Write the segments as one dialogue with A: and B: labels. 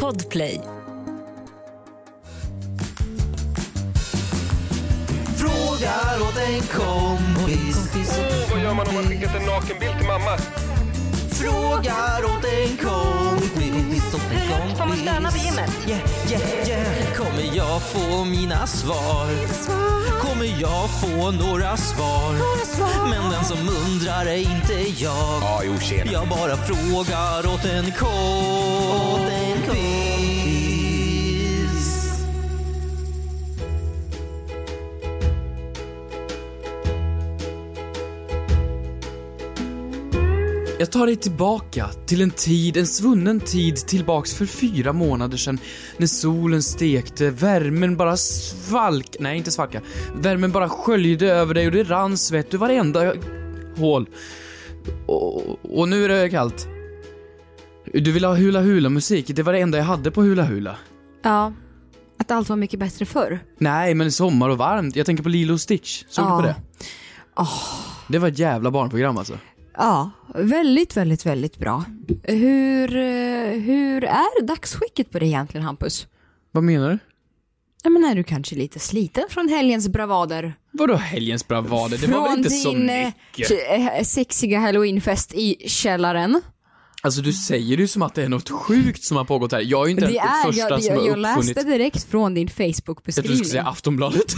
A: Podplay.
B: Frågar åt en kompis.
C: Vad gör man om man skickat en nakenbild till mamma?
B: Frågar åt en kompis. Hur högt får man stöna på gymmet? Yeah, yeah, yeah. Kommer jag få mina svar? Kommer jag få några svar? Men den som undrar är inte jag.
C: Ja, jo tjena.
B: Jag bara frågar åt en kompis.
D: Jag tar dig tillbaka till en tid, en svunnen tid tillbaks för fyra månader sedan när solen stekte, värmen bara svalk... Nej, inte svalka. Värmen bara sköljde över dig och det rann svett ur varenda hål. Och, och nu är det kallt. Du vill ha Hula Hula-musik, det var det enda jag hade på Hula Hula.
E: Ja, att allt var mycket bättre förr.
D: Nej, men sommar och varmt. Jag tänker på Lilo och Stitch. Såg
E: Ja.
D: du på det? Det var ett jävla barnprogram alltså.
E: Ja, väldigt, väldigt, väldigt bra. Hur, eh, hur är dagsskicket på dig egentligen, Hampus?
D: Vad menar du?
E: Jag menar, är du kanske lite sliten från helgens bravader?
D: Vadå helgens bravader? Det var väl inte så
E: Från din
D: mycket?
E: eh, sexiga halloweenfest i källaren.
D: Alltså du säger ju som att det är något sjukt som har pågått här. Jag är ju inte
E: Det
D: ens den
E: är,
D: första
E: jag,
D: som har
E: jag, jag
D: uppfunnit...
E: läste direkt från din
D: Jag trodde du skulle
E: Facebook-beskrivning.
D: säga Aftonbladet.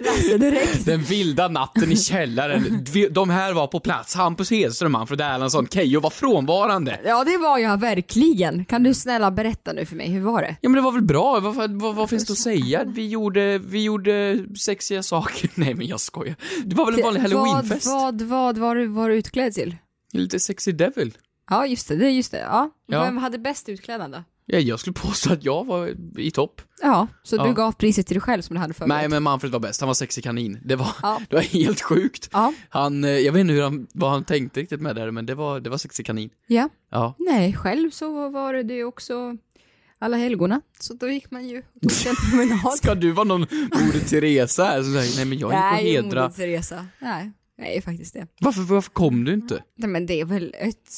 E: Läste direkt.
D: Den vilda natten i källaren. Vi- De här var på plats. Hampus Hedström, Manfred Erlandsson, Keyyo var frånvarande.
E: Ja, det var jag verkligen. Kan du snälla berätta nu för mig, hur var det?
D: Ja men det var väl bra, vad, vad, vad, vad finns det att säga? Vi gjorde, vi gjorde sexiga saker. Nej men jag skojar. Det var väl en vanlig halloweenfest?
E: Vad, vad, vad var, du, var du utklädd till?
D: Lite sexy devil.
E: Ja, just det. det just det. Ja.
D: Ja.
E: Vem hade bäst utklädnad då?
D: Ja, jag skulle påstå att jag var i topp.
E: Ja, så
D: Ja.
E: du gav priset till dig själv som du hade förut?
D: Nej men Manfred var bäst, han var sexig kanin. Det var,
E: Ja.
D: det var helt sjukt.
E: Ja.
D: Han, eh, jag vet inte hur han, vad han tänkte riktigt med det här, men det var, det var sexig kanin.
E: ja.
D: Ja.
E: Nej, själv så var det ju också alla helgona. Så då gick man ju och tog en promenad.
D: Ska du vara någon Moder Teresa här som säger, nej men jag gick och
E: Nej,
D: hedra.
E: Moder Teresa. Nej, nej, faktiskt det.
D: Varför, varför kom du inte?
E: Nej, men det är väl ett...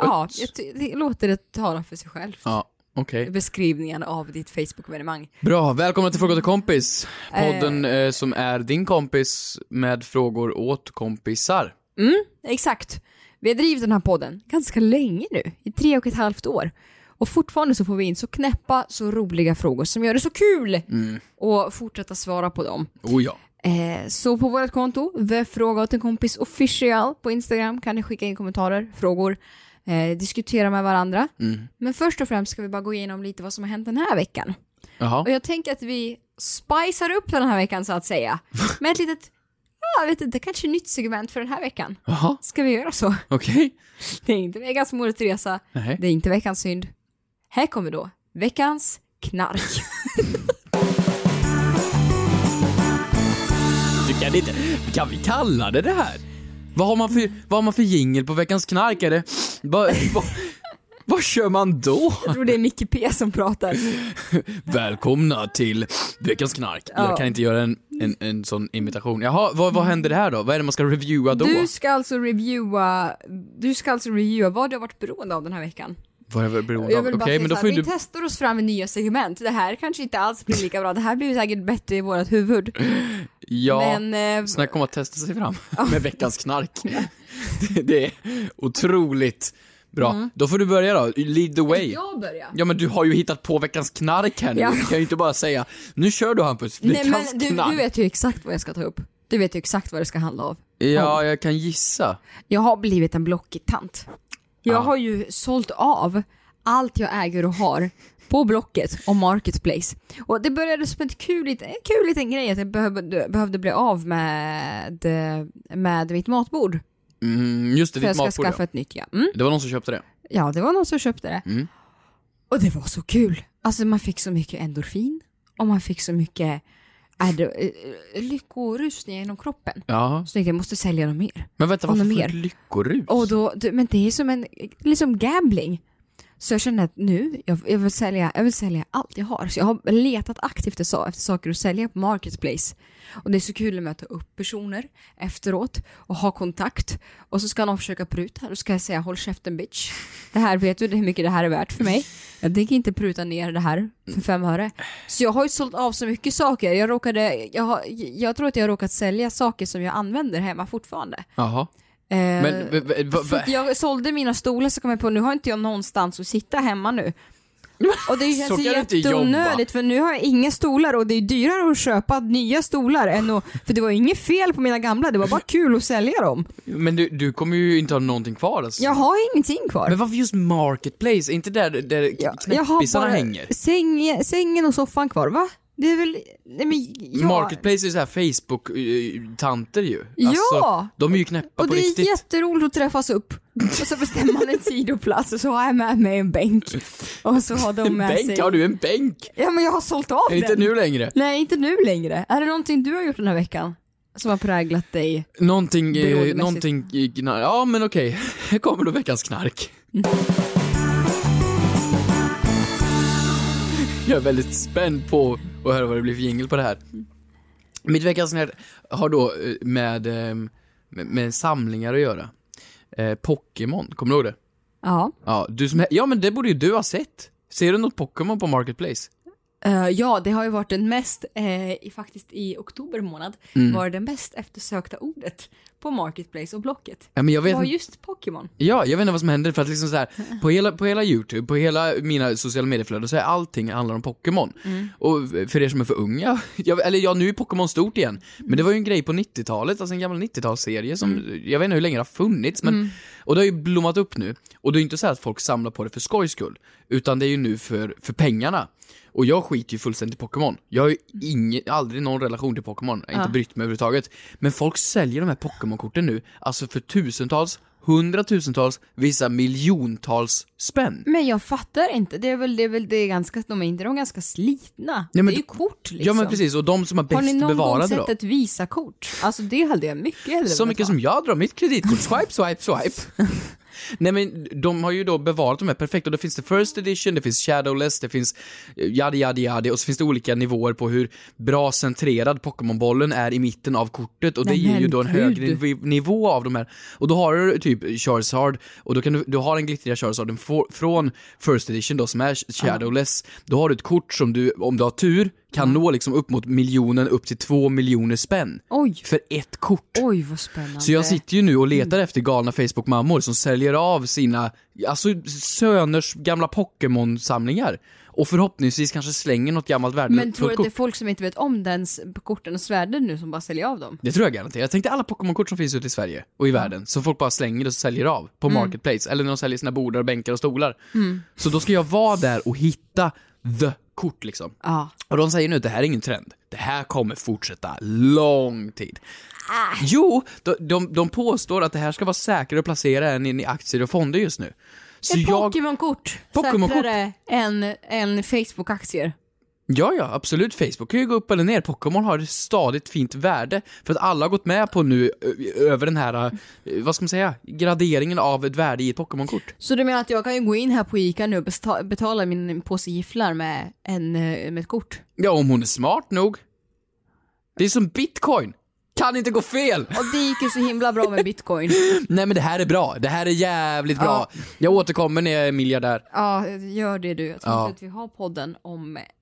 E: Ja, jag ty- det låter det tala för sig själv.
D: Ja, okej.
E: Beskrivningen av ditt Facebook-evenemang.
D: Bra, välkomna till Fråga till kompis. Podden eh, som är din kompis med frågor åt kompisar.
E: Exakt. Vi har drivit den här podden ganska länge nu, i tre och ett halvt år. Och fortfarande så får vi in så knäppa, så roliga frågor som gör det så kul och fortsätta svara på dem.
D: Oh ja.
E: Eh, så på vårt konto, The Fråga åt en kompis official på Instagram kan ni skicka in kommentarer, frågor, eh, diskutera med varandra. Men först och främst ska vi bara gå igenom lite vad som har hänt den här veckan.
D: Jaha.
E: Och jag tänker att vi spicar upp den här veckan så att säga. Med ett litet, ja, jag vet inte, kanske nytt segment för den här veckan.
D: Jaha,
E: Ska vi göra så?
D: okej.
E: Det är inte veckans Moder Teresa.
D: Nej.
E: Det är inte veckans synd. Här kommer då veckans knark.
D: Du kan inte, kan vi kalla det det här? Vad har man för, vad har man för jingel på Veckans Knark? Är det, vad, vad, vad kör man då?
E: Jag tror det är Micke P som pratar.
D: Välkomna till Veckans Knark. Jag
E: Ja.
D: kan inte göra en, en, en sån imitation. Jaha, vad, vad händer det här då? Vad är det man ska reviewa då?
E: Du ska alltså reviewa, du ska alltså reviewa vad du har varit beroende av den här veckan.
D: Vad är det beroende
E: Jag
D: av?
E: vill
D: Okej,
E: bara säga
D: men då
E: så
D: får
E: här,
D: ju
E: vi
D: du...
E: testar oss fram i nya segment. Det här kanske inte alls blir lika bra. Det här blir säkert bättre i vårt huvud.
D: Ja,
E: Men, eh,
D: snart kommer att testa sig fram med Veckans Knark. Det, det är otroligt bra.
E: Mm.
D: Då får du börja då. Lead the way.
E: jag börjar.
D: Ja men du har ju hittat på veckans knark här nu.
E: Ja.
D: Du kan ju inte bara säga, nu kör du Hampus,
E: Nej
D: veckans
E: men du,
D: knark.
E: du vet ju exakt vad jag ska ta upp. Du vet ju exakt vad det ska handla om.
D: Ja, jag kan gissa.
E: Jag har blivit en Blocket-tant. Jag
D: Ja.
E: har ju sålt av allt jag äger och har på Blocket och Marketplace. Och det började som ett kul, lit- en kul liten grej att jag behövde, behövde bli av med, med mitt matbord.
D: Mm, just det,
E: För jag
D: ditt
E: ska
D: matbord.
E: skaffa
D: ja.
E: ett nytt. Ja. Mm.
D: Det var någon som köpte det.
E: ja, det var någon som köpte det.
D: Mm.
E: Och det var så kul. Alltså man fick så mycket endorfin och man fick så mycket äh, det- eh, lyckorusningar genom kroppen.
D: Ja.
E: Så tänkte jag, jag måste sälja dem mer.
D: Men vänta,
E: Och
D: varför
E: något
D: får
E: mer.
D: du lyckorus?
E: Och då, du- men det är som en, liksom gambling. Så jag kände att nu, jag, jag, vill sälja, jag vill sälja allt jag har. Så jag har letat aktivt efter sa- efter saker att sälja på Marketplace. Och det är så kul att möta upp personer efteråt och ha kontakt. Och så ska någon försöka pruta och så ska jag säga håll käften bitch. Det här vet du det är hur mycket det här är värt för mig. Jag tänker inte pruta ner det här för fem öre. Så jag har ju sålt av så mycket saker. Jag, råkade, jag, har, jag tror att jag har råkat sälja saker som jag använder hemma fortfarande.
D: Jaha.
E: Eh, alltså,
D: Men, v- v- v-
E: för att jag sålde mina stolar så kom jag på nu har inte jag någonstans att sitta hemma nu. Och det
D: Så
E: känns
D: kan
E: ju
D: du inte jobba.
E: jätteonödigt för nu har jag inga stolar och det är dyrare att köpa nya stolar än att, för det var ju inget fel på mina gamla, det var bara kul att sälja dem.
D: men du, du kommer ju inte ha någonting kvar alltså.
E: Jag har ingenting kvar.
D: Men varför just marketplace? Är inte där, där
E: Jag, jag
D: knäppisarna hänger?
E: säng, sängen och soffan kvar va? Det är väl, nej men ja.
D: Marketplace är ju såhär Facebook-tanter ju.
E: Ja!
D: Alltså, de är ju knäppa
E: och
D: på
E: det
D: riktigt.
E: är jätteroligt att träffas upp. Och så bestämmer man en tid och plats och så har jag med mig en bänk. Och så har de
D: En
E: med sig...
D: bänk? Har du en bänk?
E: Ja men jag har sålt av
D: Inte
E: den.
D: nu längre.
E: Nej, inte nu längre. Är det någonting du har gjort den här veckan? Som har präglat dig?
D: Någonting, eh,
E: Beroendemässigt.
D: någonting, i gnar- ja men okej. Här kommer då veckans knark. Jag är väldigt spänd på att höra vad det blir för jingel på det här. Mitt veckans knark har då eh, med, eh, med, med samlingar att göra. Eh, Pokémon, kommer du ihåg det?
E: Ja.
D: Ja, du som, ja men det borde ju du ha sett. Ser du något Pokémon på Marketplace?
E: Eh, ja, det har ju varit den mest, eh, i, faktiskt i oktober månad, var det mest eftersökta ordet på Marketplace och Blocket.
D: Ja, men jag
E: Det
D: vet
E: var
D: inte.
E: just Pokémon.
D: Ja, jag vet inte vad som händer för att liksom så här, på, hela, på hela YouTube, på hela mina sociala medieflöden så är allting handlar om Pokémon. Och för er som är för unga, jag, eller ja, nu är Pokémon stort igen. Men det var ju en grej på 90-talet, alltså en gammal 90-talsserie som, jag vet inte hur länge det har funnits, men, och det har ju blommat upp nu. Och det är ju inte så här att folk samlar på det för skojs skull, utan det är ju nu för, för pengarna. Och jag skiter ju fullständigt i Pokémon. Jag har ju ingen, aldrig någon relation till Pokémon, jag har inte brytt mig överhuvudtaget. Men folk säljer de här Pokémon-korten nu, alltså för tusentals, hundratusentals, vissa miljontals spänn.
E: Men jag fattar inte, det är väl, det är väl det är ganska, de är inte de ganska slitna?
D: men
E: det är ju
D: du-
E: kort liksom.
D: Ja men precis, och de som har
E: Har ni
D: bäst
E: någon gång
D: bevarade
E: sett
D: då?
E: ett Visakort? Alltså det hade jag mycket hellre
D: Så
E: velat
D: mycket
E: ha.
D: som jag drar mitt kreditkort, swipe, swipe, swipe. Nej men de har ju då bevarat de här perfekt och då finns det first edition, det finns shadowless, det finns eh, jadi jadi jadi och så finns det olika nivåer på hur bra centrerad Pokémonbollen är i mitten av kortet och det
E: Nej,
D: ger ju
E: men
D: då en
E: gud.
D: högre niv- nivå av de här. Och då har du typ Charizard och då kan du, du har en glittriga Charizard den får- från first edition då som är shadowless. Då har du ett kort som du, om du har tur, kan nå liksom upp mot miljonen, upp till två miljoner spänn.
E: Oj,
D: För ett kort.
E: oj vad spännande. Mm.
D: Så jag sitter ju nu och letar efter galna Facebook-mammor som säljer av sina, alltså söners gamla Pokémon-samlingar. Och förhoppningsvis kanske slänger något gammalt
E: Men tror du
D: värdefullt
E: att det är
D: kort.
E: folk som inte vet om dens korten och svärden nu som bara säljer av dem?
D: Det tror jag garanterat. Jag tänkte alla Pokémon-kort som finns ute i Sverige och i världen, som folk bara slänger och säljer av på
E: Mm.
D: Marketplace, eller när de säljer sina bordar, bänkar och stolar. Så då ska jag vara där och hitta the kort liksom.
E: Ja.
D: Och de säger nu att det här är ingen trend. Det här kommer fortsätta lång tid. Jo, de, de, de påstår att det här ska vara säkrare att placera än in i aktier och fonder just nu. Så
E: Ett
D: jag...
E: Pokémon-kort
D: Pokémon-kort.
E: säkrare än, än Facebook-aktier.
D: Ja, ja, absolut. Facebook kan ju gå upp eller ner. Pokémon har ett stadigt fint värde. För att alla har gått med på nu ö- över den här, eh, vad ska man säga, graderingen av ett värde i ett Pokémon-kort.
E: Så du menar att jag kan ju gå in här på ICA nu och besta- betala min påse gifflar med, en, eh, med ett kort?
D: Ja, om hon är smart nog. Det är som bitcoin. Kan inte gå fel!
E: Och det gick ju så himla bra med bitcoin.
D: Nej men det här är bra, det här är jävligt bra.
E: Ja.
D: Jag återkommer när jag är miljardär.
E: Ja, gör det du. Jag tror
D: Ja.
E: inte att vi har podden om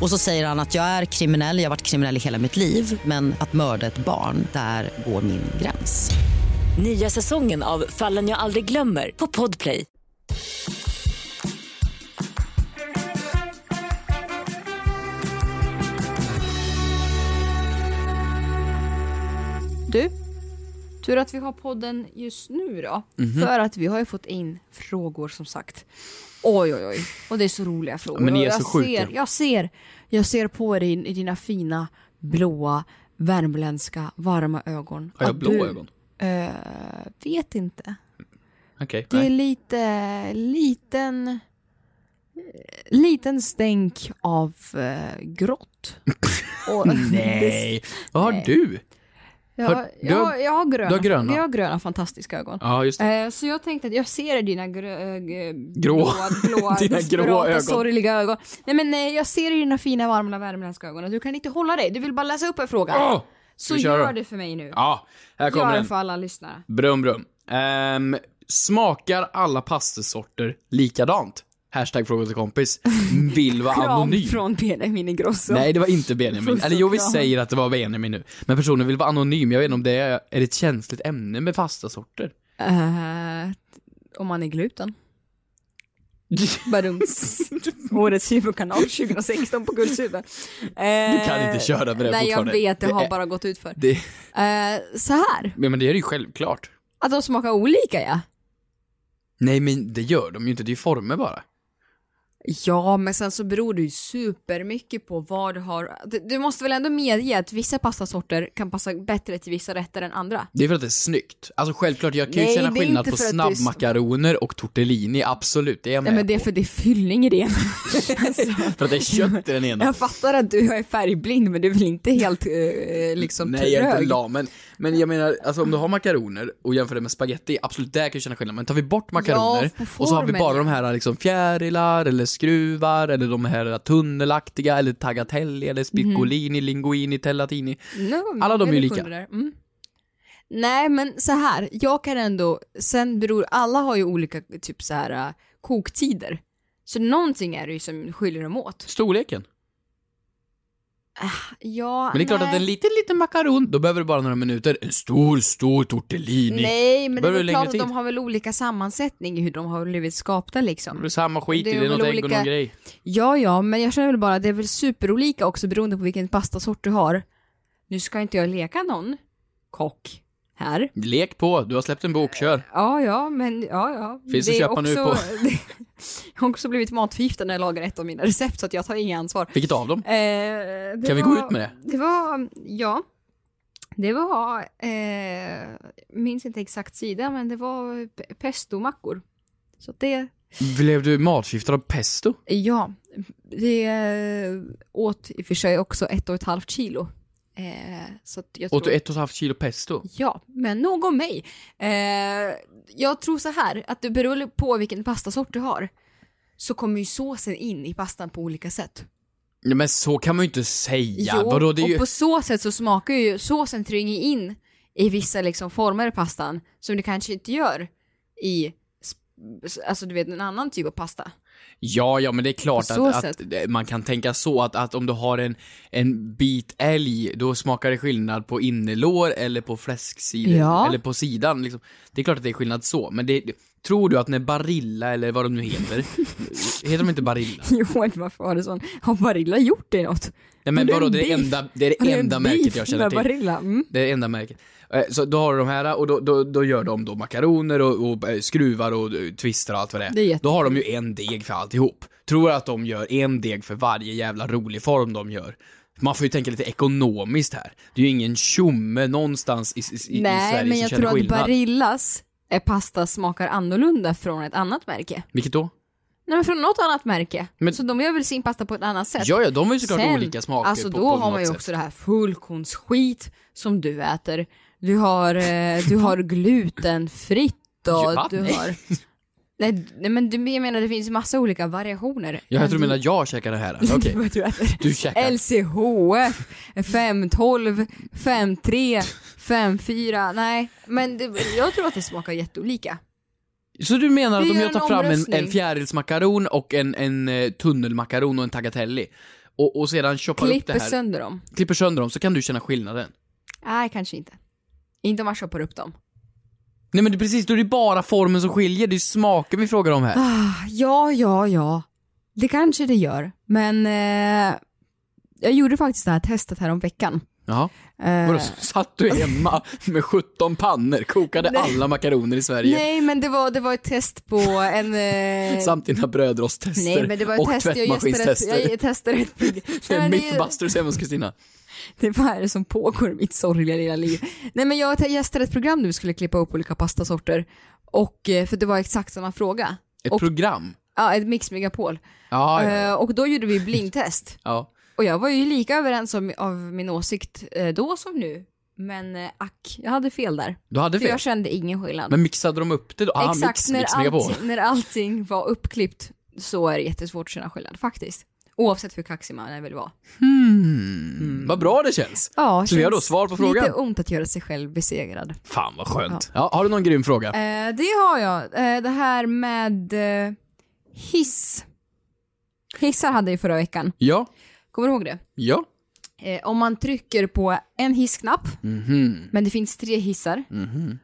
F: Och så säger han att jag är kriminell, jag har varit kriminell i hela mitt liv men att mörda ett barn, där går min gräns.
A: Nya säsongen av Fallen jag aldrig glömmer på Podplay.
E: Du, tur att vi har podden just nu då.
D: Mhm.
E: För att vi har ju fått in frågor som sagt. Oj oj oj, och det är så roliga frågor.
D: men ni är
E: Och jag,
D: så sjuka.
E: ser, jag, ser, jag ser på dig i dina fina blåa värmländska varma ögon.
D: Har jag
E: att
D: blå
E: du,
D: ögon?
E: eh, vet inte.
D: Okej.
E: Det är
D: nej.
E: lite, liten, eh, liten stänk av eh, grått. Och-
D: Nej, vad har du?
E: Jag,
D: Har- du
E: jag,
D: har-
E: har, jag har gröna.
D: du har gröna.
E: Jag har gröna fantastiska ögon.
D: Ja, just det.
E: Eh, så jag tänkte att jag ser dina grö, eh,
D: Grå.
E: blå, blå
D: Dina grå
E: desperata,
D: ögon.
E: sorgliga ögon. Nej men eh, jag ser i dina fina varma värmländska ögon och du kan inte hålla dig. Du vill bara läsa upp en fråga.
D: Åh!
E: så
D: vi köra
E: gör
D: då?
E: det för mig nu.
D: Ja, här kommer
E: gör det
D: den.
E: för alla lyssnare.
D: Brum brum. Ehm, smakar alla pastasorter likadant? Hashtag fråga till kompis. Vill vara
E: Kram
D: anonym.
E: från Benjamin Ingrosso.
D: Nej, det var inte Benjamin.
E: Puss och
D: Eller jo, vi
E: kram.
D: säger att det var Benjamin nu. Men personen vill vara anonym. Jag vet inte om det är, är det ett känsligt ämne med pastasorter.
E: Eh, om man är gluten. Badums. Årets huvudkanal 2016 på Guldsuben.
D: Du kan inte köra med det
E: Nej jag
D: fortfarande.
E: vet, det har
D: är-
E: bara gått ut för.
D: Det,
E: Eh, så här,
D: ja, men det är ju självklart.
E: att de smakar olika ja.
D: Nej, men det gör de ju inte. Det är ju former bara.
E: Ja, men sen så beror det ju supermycket på vad du har. Du, du måste väl ändå medge att vissa pastasorter kan passa bättre till vissa rätter än andra?
D: Det är för att det är snyggt. Alltså självklart, jag kan ju
E: Nej,
D: känna
E: det är
D: skillnad
E: inte
D: på
E: för att du är s-
D: snabbmakaroner och tortellini, absolut. Det är jag med
E: Nej, men det är
D: på.
E: för det är fyllning i det. alltså,
D: För att det är kött i den ena.
E: jag fattar att du är färgblind, men du är väl inte helt eh, liksom
D: Nej, jag är inte
E: trög?
D: lam, men, men jag menar, alltså om du har makaroner och jämför det med spaghetti, absolut, där kan jag känna skillnad. Men tar vi bort makaroner
E: Ja, på
D: och så har vi
E: formen,
D: bara
E: ja.
D: de här liksom fjärilar eller skruvar eller de här tunnelaktiga eller tagatelli
E: Mhm.
D: eller spiccolini, linguini, tellatini.
E: No,
D: Alla de är ju
E: väldigt
D: lika.
E: under där. Mm. Nej men så här, jag kan ändå, sen beror, alla har ju olika typ så här eh, koktider. Så någonting är det ju som skiljer dem åt.
D: Storleken.
E: Ja,
D: Men det är klart
E: Ah, nej.
D: att en liten, liten makaron, då behöver du bara några minuter. En stor, stor tortellini.
E: Nej, men det är
D: Behöver
E: väl
D: längre
E: klart att
D: tid.
E: de har väl olika sammansättning i hur de har blivit skapta liksom.
D: Det är samma skit
E: Det
D: i
E: är
D: det, är
E: väl
D: något ägg och
E: olika-
D: någon grej.
E: Ja, ja, men jag känner väl bara att det är väl superolika också beroende på vilken pastasort du har. Nu ska inte jag leka någon kock här.
D: Lek på, du har släppt en bok, kör.
E: Ja, ja, men ja, ja.
D: Finns att
E: är
D: köpa nu på-
E: jag har också blivit matförgiftad när jag lagar ett av mina recept så att jag tar inga ansvar.
D: Vilket av dem?
E: Eh, det
D: Kan vi gå
E: var-
D: ut med det?
E: Det var, ja. Det var, eh, jag minns inte exakt sida, men det var pe- pestomackor. Så att det
D: Blev du matförgiftad av pesto?
E: Ja, det eh, åt i och för sig också ett och ett halvt kilo. Eh, så att jag
D: Åt
E: tror,
D: du ett och ett halvt kilo pesto?
E: Ja, men nog om mig. Eh, jag tror så här, att det beror på vilken pastasort du har. Så kommer ju såsen in i pastan på olika sätt.
D: Nej, men så kan man ju inte säga.
E: jo,
D: Vadå, det är ju...
E: och på så sätt så smakar ju såsen tränger in i vissa liksom former i pastan som det kanske inte gör i, sp- alltså du vet, en annan typ av pasta.
D: Ja, ja, men det är klart
E: På så
D: att,
E: sätt.
D: att eh, man kan tänka så att, att om du har en, en bit älg, då smakar det skillnad på innerlår eller på fläsksidor
E: Ja.
D: eller på sidan. Liksom. Det är klart att det är skillnad så, men det, tror du att när Barilla eller vad de nu heter, heter de inte Barilla?
E: Johan, varför har du sån? Har Barilla gjort dig något?
D: Nej men
E: Har du
D: vadå,
E: en
D: det är det
E: beef?
D: enda, det är
E: Har du
D: det
E: en
D: enda
E: beef
D: märket jag känner
E: med
D: till.
E: Barilla? Mm.
D: Det är enda märket. Eh, Så då har du de här och då, då, då gör de då makaroner och, och eh, skruvar och eh, twistar och allt vad det är.
E: Det är jätte-
D: då har de ju en deg för alltihop. Tror att de gör en deg för varje jävla rolig form de gör. Man får ju tänka lite ekonomiskt här. Det är ju ingen tjomme någonstans i, i, i Sverige
E: Nej, men
D: som
E: jag
D: känner
E: tror att
D: skillnad.
E: Barillas eh, pasta smakar annorlunda från ett annat märke.
D: Vilket då?
E: Nej men från något annat märke.
D: Men-
E: Så de gör väl sin pasta på ett annat sätt.
D: Ja, ja, de har ju såklart olika smaker
E: Alltså
D: på,
E: då
D: på
E: har man
D: något
E: ju
D: sätt.
E: också det här fullkornsskit som du äter. Du har, eh, du har glutenfritt och
D: Ja,
E: du
D: nej.
E: har... Nej, nej men du, jag menar det finns ju massa olika variationer.
D: Ja, jag tror du menar jag käkar det här. Okej.
E: Vad du äter.
D: Du käkar.
E: LCHF, 512, 53, 54, nej. Men det, jag tror att det smakar jätteolika.
D: Så du menar att
E: Vi
D: om
E: gör
D: jag tar
E: en
D: fram en,
E: omröstning.
D: en fjärilsmakaron och en, en eh, tunnelmakaron och en tagliatelle och, och sedan choppar upp det
E: Klipper
D: här,
E: sönder dem?
D: klipper sönder dem, så kan du känna skillnaden?
E: Nej, kanske inte. Inte om man köper upp dem.
D: Nej men det är precis, då är det bara formen som skiljer, det är ju smaken vi frågar om
E: Ah.
D: här.
E: Ja, ja, ja. Det kanske det gör. Men eh, jag gjorde faktiskt det här testet här om veckan.
D: Jaha.
E: Eh,
D: Vadå, så satt du hemma med 17 pannor, kokade alla makaroner i Sverige?
E: nej, men det var, det var ett test på en... Eh,
D: Samt dina brödrosttester
E: nej, men det var ett
D: och
E: test. Jag gästade ett,
D: tvättmaskinstester.
E: jag testade ett prog-
D: Det
E: Nej,
D: är
E: men det är ju-
D: Mythbusters hemma hos Kristina.
E: Det var det som pågår i mitt sorgliga lilla liv. Nej men jag gästade ett program där vi skulle klippa upp olika pastasorter. Och, eh, för det var exakt samma fråga.
D: Ett
E: Och-
D: program?
E: Ja, ett Mix Megapol.
D: Ah, Ja, ja, ja.
E: Eh, och då gjorde vi blindtest.
D: ja.
E: Och jag var ju lika överens om, av min åsikt eh, då som nu. Men eh, ack, jag hade fel där.
D: Du hade
E: För
D: fel.
E: jag kände ingen skillnad.
D: Men mixade de upp det då? Ah,
E: Exakt,
D: mix, mix
E: när,
D: Megapol.
E: allting, när allting var uppklippt så är det jättesvårt att känna skillnad faktiskt. Oavsett hur kaxig man än vill vara.
D: Mm. Vad bra det känns.
E: Ja,
D: Så vi har då
E: känns
D: svar på
E: Lite
D: frågan.
E: ont att göra sig själv besegrad.
D: Fan vad skönt. Ja, har du någon grym fråga?
E: Eh, det har jag. Eh, det här med eh, hiss. Hissar hade jag ju förra veckan.
D: Ja,
E: Kommer du ihåg det?
D: ja.
E: Eh, om man trycker på en hissknapp,
D: Mhm.
E: men det finns tre hissar,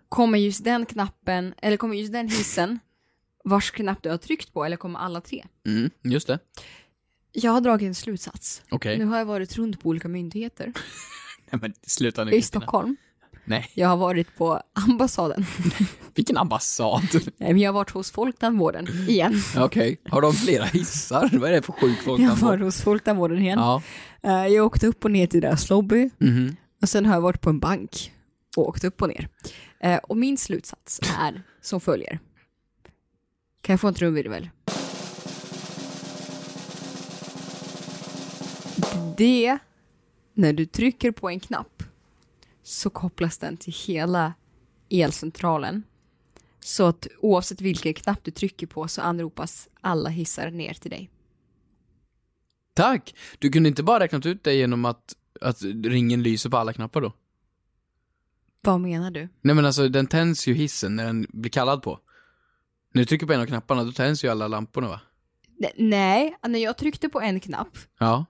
E: kommer just den knappen, eller kommer just den hissen vars knapp du har tryckt på, eller kommer alla tre?
D: Mm, just det.
E: Jag har dragit en slutsats.
D: Okej.
E: Nu har jag varit runt på olika myndigheter
D: Nej men sluta nu
E: i
D: Kristina.
E: Stockholm.
D: Nej,
E: Jag har varit på ambassaden.
D: vilken ambassad.
E: Nej, men jag har varit hos Folktandvården igen.
D: Okej, har de flera hissar? Vad är det för sjuk folk?
E: Jag
D: man får?
E: var hos Folktandvården igen.
D: Ja.
E: Eh, Jag åkte upp och ner till deras lobby och sen har jag varit på en bank och åkt upp och ner. Eh, Och min slutsats är som följer. Kan jag få en trumvirvel? Det, när du trycker på en knapp så kopplas den till hela elcentralen. Så att oavsett vilken knapp du trycker på så anropas alla hissar ner till dig.
D: Tack! Du kunde inte bara räknat ut det genom att, att ringen lyser på alla knappar då?
E: Vad menar du?
D: Nej men alltså den tänds ju hissen när den blir kallad på. När du trycker på en av knapparna då tänds ju alla lamporna va?
E: Ne- Nej, när jag tryckte på en knapp
D: Ja.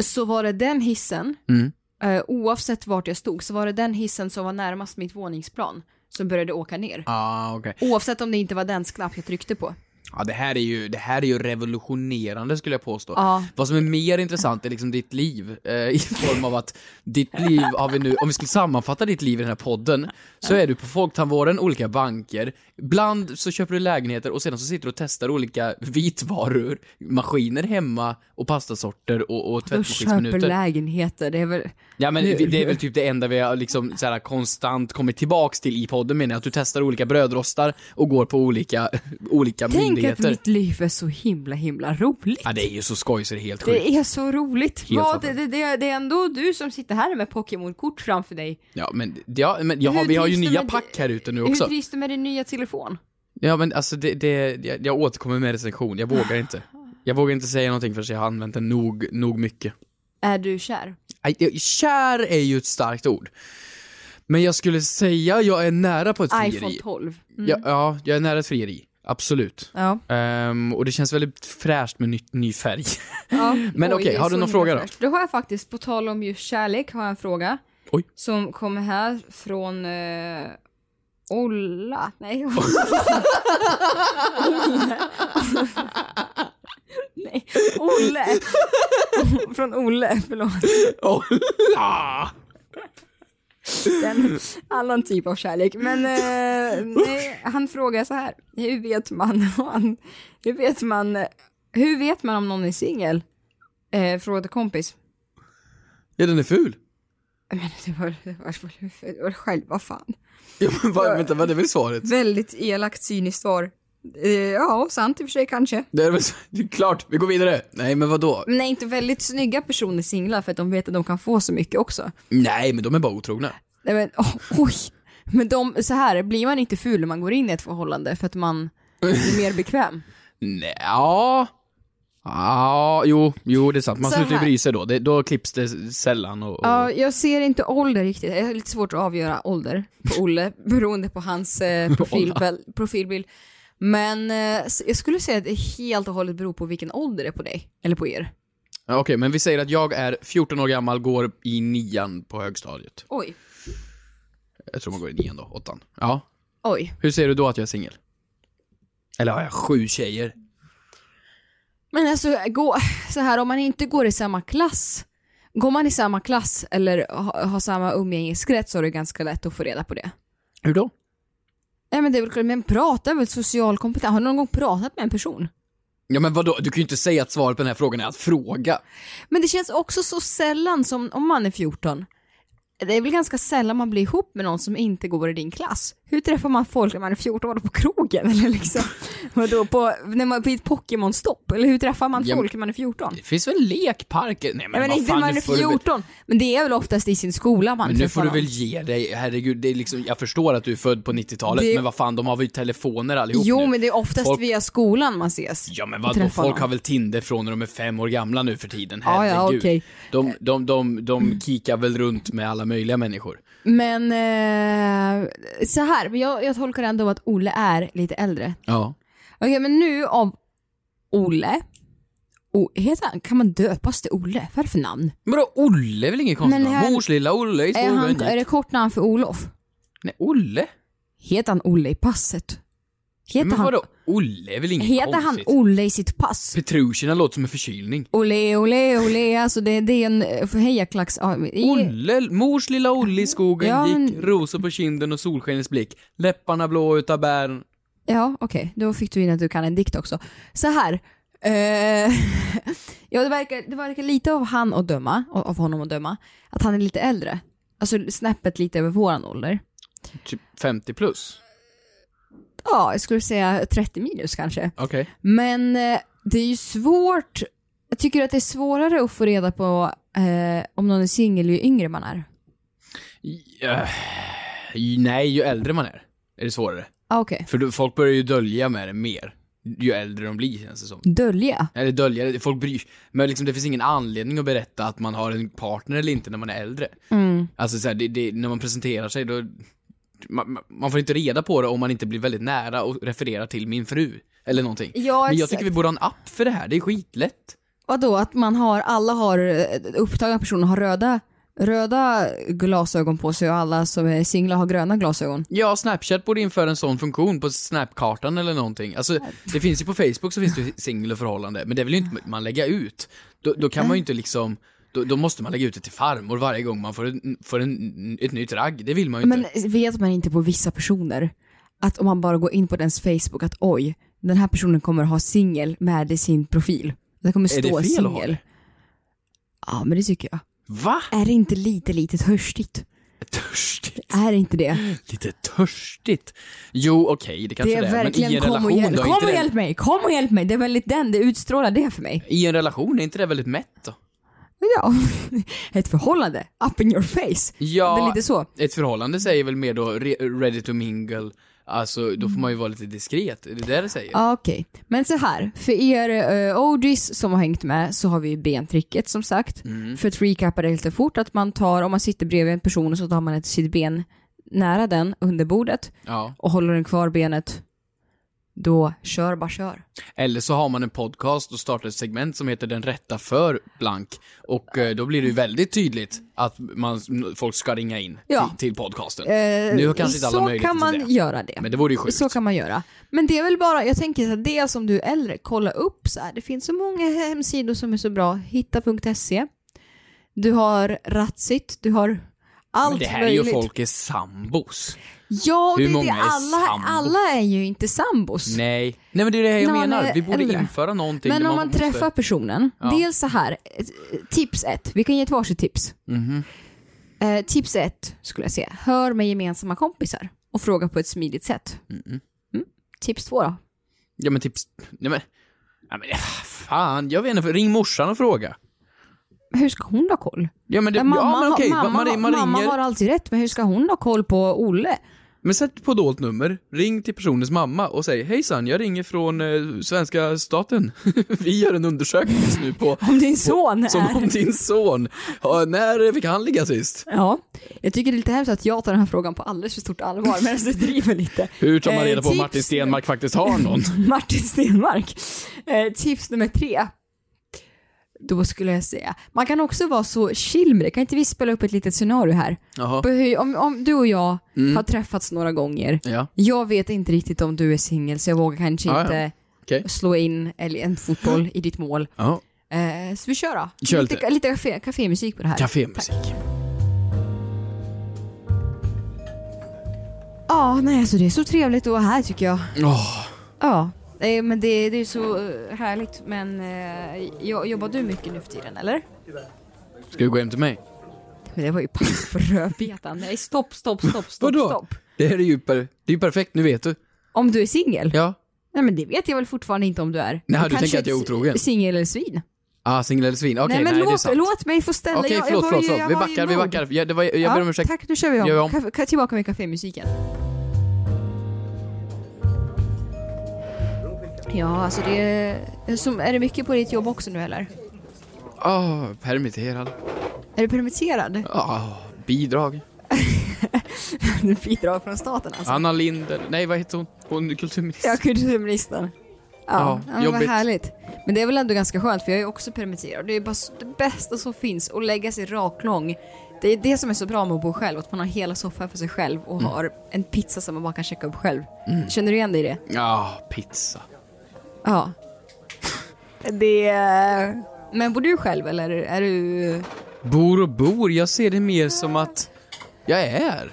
E: så var det den hissen,
D: Mm.
E: eh, oavsett vart jag stod, så var det den hissen som var närmast mitt våningsplan som började åka ner.
D: Ah, okej.
E: Oavsett om det inte var dens knapp jag tryckte på.
D: Ja, det här är ju, det här är ju revolutionerande skulle jag påstå.
E: Ja.
D: Vad som är mer intressant är liksom ditt liv eh, i form av att ditt liv har vi nu, om vi skulle sammanfatta ditt liv i den här podden, så är du på Folktandvården, olika banker, ibland så köper du lägenheter och sedan så sitter du och testar olika vitvaror, maskiner hemma och pastasorter och, och
E: De köper
D: tvättmaskinsminuter.
E: lägenheter, det är väl...
D: Ja men det det är väl typ det enda vi har liksom så här, konstant kommit tillbaks till i podden menar jag, att du testar olika brödrostar och går på olika, olika
E: Tänk att
D: myndigheter.
E: mitt liv är så himla himla roligt.
D: Ja, det är ju så skoj så det är helt sjukt.
E: Det är så roligt.
D: Helt
E: Vad, det,
D: fantastiskt.
E: det, det, det är ändå du som sitter här med Pokémon-kort framför dig.
D: Ja, men, ja, men jag har,
E: Hur
D: vi har ju
E: trivs du
D: nya
E: med-
D: pack här ute nu
E: Hur
D: också.
E: trivs du med din nya telefon?
D: Ja, men alltså det, det, jag, jag återkommer med recension, jag vågar inte. Jag vågar inte säga någonting förrän jag har använt den nog, nog mycket.
E: Är du kär?
D: Aj, jag- Kär är ju ett starkt ord. Men jag skulle säga jag är nära på ett
E: iPhone
D: frieri.
E: 12.
D: Ja, ja, jag är nära ett frieri. Absolut.
E: Ja.
D: Ehm, och det känns väldigt fräscht med ny, ny färg.
E: Ja,
D: Men okej,
E: det är
D: har du
E: så
D: någon
E: himla
D: fråga då?
E: fräscht. Då har jag faktiskt, på tal om just kärlek, har jag en fråga.
D: Oj.
E: Som kommer här från eh, Olla. Nej. Olle. Nej, Olle. från Olle, förlåt.
D: Åh,
E: En annan typ av kärlek. Men eh, nej, han frågar så här. Hur vet man, hur vet man, hur vet man om någon är singel? Eh, frågade kompis.
D: ja, den är ful.
E: Men det var, det var, det var själva fan.
D: Ja, men, vad, vänta, vad är väl svaret?
E: Väldigt elakt cyniskt svar. Eh, Ja, sant i och för sig kanske.
D: Det är väl så- det är klart, vi går vidare. Nej, men vad då?
E: Men är inte väldigt snygga personer singlar för att de vet att de kan få så mycket också?
D: Nej, men de är bara otrogna.
E: Nej men oh, oj. Men de, så här, blir man inte ful när man går in i ett förhållande för att man blir mer bekväm?
D: Nej, ja. Ja, jo, jo, det är sant. Man
E: Så
D: slutar ju
E: här.
D: bry sig då. Det, då klipps det s- sällan och... och...
E: Ja, jag ser inte ålder riktigt. Det är lite svårt att avgöra ålder på Olle beroende på hans eh, profilbel- profilbild. Men eh, s- jag skulle säga att det helt och hållet beror på vilken ålder det är på dig, eller på er.
D: Ja, Okej, men vi säger att jag är 14 år gammal, går i nian på högstadiet.
E: Oj,
D: Jag tror man går i nian då, åttan. Ja.
E: oj.
D: Hur ser du då att jag är singel? Eller har jag sju tjejer?
E: Men alltså, gå, så här, om man inte går i samma klass, går man i samma klass eller ha- har samma umgängeskrets så är det ganska lätt att få reda på det.
D: Hur då?
E: Nej men det är väl klart, men prata är väl social kompetens? Har du någon gång pratat med en person?
D: Ja, men vadå? Du kan ju inte säga att svaret på den här frågan är att fråga.
E: Men det känns också så sällan som, om man är 14, det är väl ganska sällan man blir ihop med någon som inte går i din klass. Hur träffar man folk när man är 14 år på krogen eller liksom? Vadå, på, när man, på ett Pokémon-stopp? Eller hur träffar man
D: Ja, men-
E: folk när man är 14?
D: Det finns väl lekparker? Nej
E: Nej,
D: men,
E: men
D: vad
E: inte
D: fan,
E: när man
D: nu
E: är
D: får du väl-
E: 14. Men det är väl oftast i sin skola man
D: Men nu
E: träffar
D: får du
E: någon.
D: väl ge dig, herregud, det är liksom, jag förstår att du är född på 90-talet,
E: Det-
D: men vad fan, de har väl telefoner allihop
E: Jo
D: nu.
E: men det är oftast
D: Folk-
E: via skolan man ses.
D: Ja men
E: och
D: vadå,
E: träffar
D: folk
E: någon.
D: har väl Tinder från när de är fem år gamla nu för tiden,
E: Ja, ja,
D: herregud.
E: okej.
D: De, de, de, de kikar väl runt med alla möjliga människor.
E: Men eh, så här, men jag, jag tolkar ändå att Olle är lite äldre.
D: Ja.
E: Okej men nu av Olle. O, heter han, kan man döpas till Olle? Vad är det för namn?
D: Men då, Olle är väl inget konstigt
E: Men
D: namn?
E: här-
D: Mors lilla Olle i
E: Är, han,
D: skogen.
E: är det kort namn för Olof?
D: Nej, Olle?
E: Heter han Olle i passet? Heter
D: Men
E: han,
D: vadå, Olle är väl inget
E: heter han
D: konstigt?
E: Olle i sitt pass?
D: Petrushina låter som en förkylning.
E: Olle, Olle, Olle, alltså det, det är en eh, hejaklacks... ja, men-
D: Olle, mors lilla Olle i skogen
E: Ja,
D: gick,
E: men-
D: rosor på kinden och solskenets blick. Läpparna blå utav bären.
E: Ja, okej. Då fick du in att du kan en dikt också. Så här. Eh, ja, det verkar, det verkar lite av han att döma, och- av honom att döma, att han är lite äldre. Alltså snäppet lite över våran ålder.
D: Typ 50 plus.
E: Ja, jag skulle säga 30 minus kanske.
D: Okej.
E: Men eh, det är ju svårt. Jag tycker att det är svårare att få reda på eh, om någon är singel ju yngre man är.
D: Ja, nej, ju äldre man är, är det svårare.
E: Ah, okej.
D: För då, folk börjar ju dölja med det mer, ju äldre de blir känns det som.
E: Dölja?
D: Eller dölja, det, folk bryr Men liksom, det finns ingen anledning att berätta att man har en partner eller inte när man är äldre. Alltså så här, det, det, när man presenterar sig då, man, man- man får inte reda på det om man inte blir väldigt nära och refererar till min fru. Eller någonting.
E: Ja,
D: Men jag
E: exakt.
D: tycker vi borde ha en app för det här, det är skitlätt.
E: Vadå, att man har, alla har, eh, upptagna personer har röda, röda glasögon på sig och alla som är singlar har gröna glasögon.
D: Ja, Snapchat borde införa en sån funktion på Snapkartan eller någonting. Alltså, det finns ju på Facebook så finns det ju singel och förhållande, men det vill ju inte man lägga ut. Då, då kan man ju inte liksom, då, då måste man lägga ut det till farmor varje gång man får, en, får en, ett nytt ragg. Det vill man ju
E: Men
D: inte.
E: vet man inte på vissa personer att om man bara går in på dens Facebook att oj, den här personen kommer ha singel med i sin profil. Det kommer
D: Är det
E: stå
D: fel att ha
E: singel.
D: det?
E: Ja, men det tycker jag.
D: Va?
E: Är det inte lite, lite törstigt?
D: Törstigt?
E: Är det inte det?
D: Lite törstigt? Jo, okej, det kanske
E: Det
D: det
E: är verkligen
D: men i en
E: kom och
D: relation
E: hjälp,
D: då, är
E: kom
D: inte
E: och
D: det-
E: hjälp mig, kom och hjälp mig. Det är väldigt den, det utstrålar det för mig.
D: I en relation, är inte det väldigt mätt då?
E: Ja, ett förhållande, up in your face.
D: Ja.
E: Det är lite så.
D: Ett förhållande säger väl mer då, re- ready to mingle, alltså då får man ju vara lite diskret, är det det det säger?
E: Ja, Ah, Okej, men så här. För er uh, OGs som har hängt med så har vi bentricket som sagt. För att recappa det lite fort, att man tar, om man sitter bredvid en person så tar man ett sitt ben nära den under bordet
D: ja.
E: och håller den kvar benet. Då kör, bara kör.
D: Eller så har man en podcast och startar ett segment som heter Den rätta för blank. Och eh, då blir det ju väldigt tydligt att man, folk ska ringa in
E: Ja.
D: till, till podcasten.
E: Eh,
D: nu har kanske inte alla
E: så
D: möjlighet
E: kan
D: till
E: man
D: det.
E: göra det.
D: Men det vore ju sjukt.
E: Så kan man göra. Men det är väl bara, jag tänker så här, dels om du är äldre, kolla upp så här. Det finns så många hemsidor som är så bra. Hitta.se. Du har Ratsit, du har allt
D: Men det här
E: möjligt.
D: är ju folk är sambos.
E: Ja, och det,
D: Hur
E: är det,
D: många är
E: alla,
D: sambos?
E: alla är ju inte sambos.
D: Nej. Nej men det är det här jag
E: När man
D: menar.
E: är
D: Vi borde
E: äldre.
D: införa någonting.
E: Men
D: där
E: om man
D: måste-
E: träffar personen,
D: Ja.
E: dels så här, eh, tips ett, vi kan ge ett varsitt tips.
D: Mhm.
E: Eh, tips ett skulle jag säga, hör med gemensamma kompisar och fråga på ett smidigt sätt. Mm. Tips två då?
D: Ja men tips... Nej men... Ja, men fan, jag vet inte. Ring morsan och fråga.
E: Hur ska hon ha koll?
D: Ja men, det,
E: Ja, mamma,
D: ja, men okej,
E: har,
D: man,
E: mamma,
D: man, man ringer.
E: mamma har alltid rätt, men hur ska hon ha koll på Olle?
D: Men sätt på dolt nummer, ring till personens mamma och säg hejsan, jag ringer från eh, svenska staten. Vi gör en undersökning just nu på
E: Om din son är...
D: Som om din son. Ja, när fick han ligga sist?
E: Ja, jag tycker det är lite hemskt att jag tar den här frågan på alldeles för stort allvar, men du driver lite.
D: Hur tar man
E: Eh,
D: reda på om
E: tips-
D: Martin Stenmark faktiskt har någon?
E: Martin Stenmark. Eh, tips nummer tre. Då skulle jag säga, man kan också vara så chill med det. Kan inte vi spela upp ett litet scenario här?
D: Jaha.
E: På hur- Om, om du och jag
D: Mm.
E: har träffats några gånger,
D: Ja.
E: jag vet inte riktigt om du är singel så jag vågar kanske
D: Ja, ja.
E: inte
D: Okej.
E: slå in eller en fotboll i ditt mål.
D: Ja.
E: Eh, så vi kör då.
D: Kör
E: lite
D: lite.
E: lite café, kafémusik på det här.
D: Cafémusik.
E: Ja, nej alltså det är så trevligt att vara här tycker jag.
D: Åh,
E: Ja, eh, men det, det är så eh, härligt. Men eh, jo- jobbar du mycket nu för tiden eller?
D: ska du gå hem till mig?
E: Men det var ju pass på rödbetan. Nej, stopp, stopp, stopp, stopp,
D: Vadå?
E: stopp.
D: Det här är ju, per, det är ju perfekt, nu vet du.
E: Om du är singel?
D: Ja.
E: Nej men det vet jag väl fortfarande inte om du är.
D: Nej, du
E: kanske
D: tänker att jag är
E: ett
D: otrogen.
E: Singel eller svin.
D: Ah, singel eller svin. Okej,
E: nej men
D: nej, det är
E: låt,
D: sant.
E: låt mig få ställa.
D: Okej,
E: jag- jag
D: förlåt,
E: var
D: förlåt,
E: ju-
D: förlåt.
E: jag
D: Vi
E: var ju
D: backar, vi
E: nod.
D: backar. Jag, det var, jag ber om ursäkt.
E: Tack, nu kör vi om.
D: Gör vi om.
E: Ka- ka- Tillbaka med kafémusiken. Ja, alltså det är... Som, är det mycket på ditt jobb också nu eller?
D: Ah, permitterad.
E: Är du permitterad?
D: Ah, bidrag.
E: Bidrag från staten alltså?
D: Anna Lind, nej vad heter hon? Hon kulturminister.
E: Ja, kulturministern. Ja,
D: Ja,
E: ja, men vad
D: jobbigt.
E: härligt. Men det är väl ändå ganska skönt för jag är ju också permitterad. Det är bara s- det bästa som finns, att lägga sig raklång. Det är det som är så bra med att bo själv, att man har hela soffan för sig själv och
D: Mm.
E: har en pizza som man bara kan checka upp själv. Känner du igen dig i det?
D: Ah, pizza.
E: Ja. det... är- Men bor du själv eller är du...
D: Bor och bor, jag ser det mer som att jag är.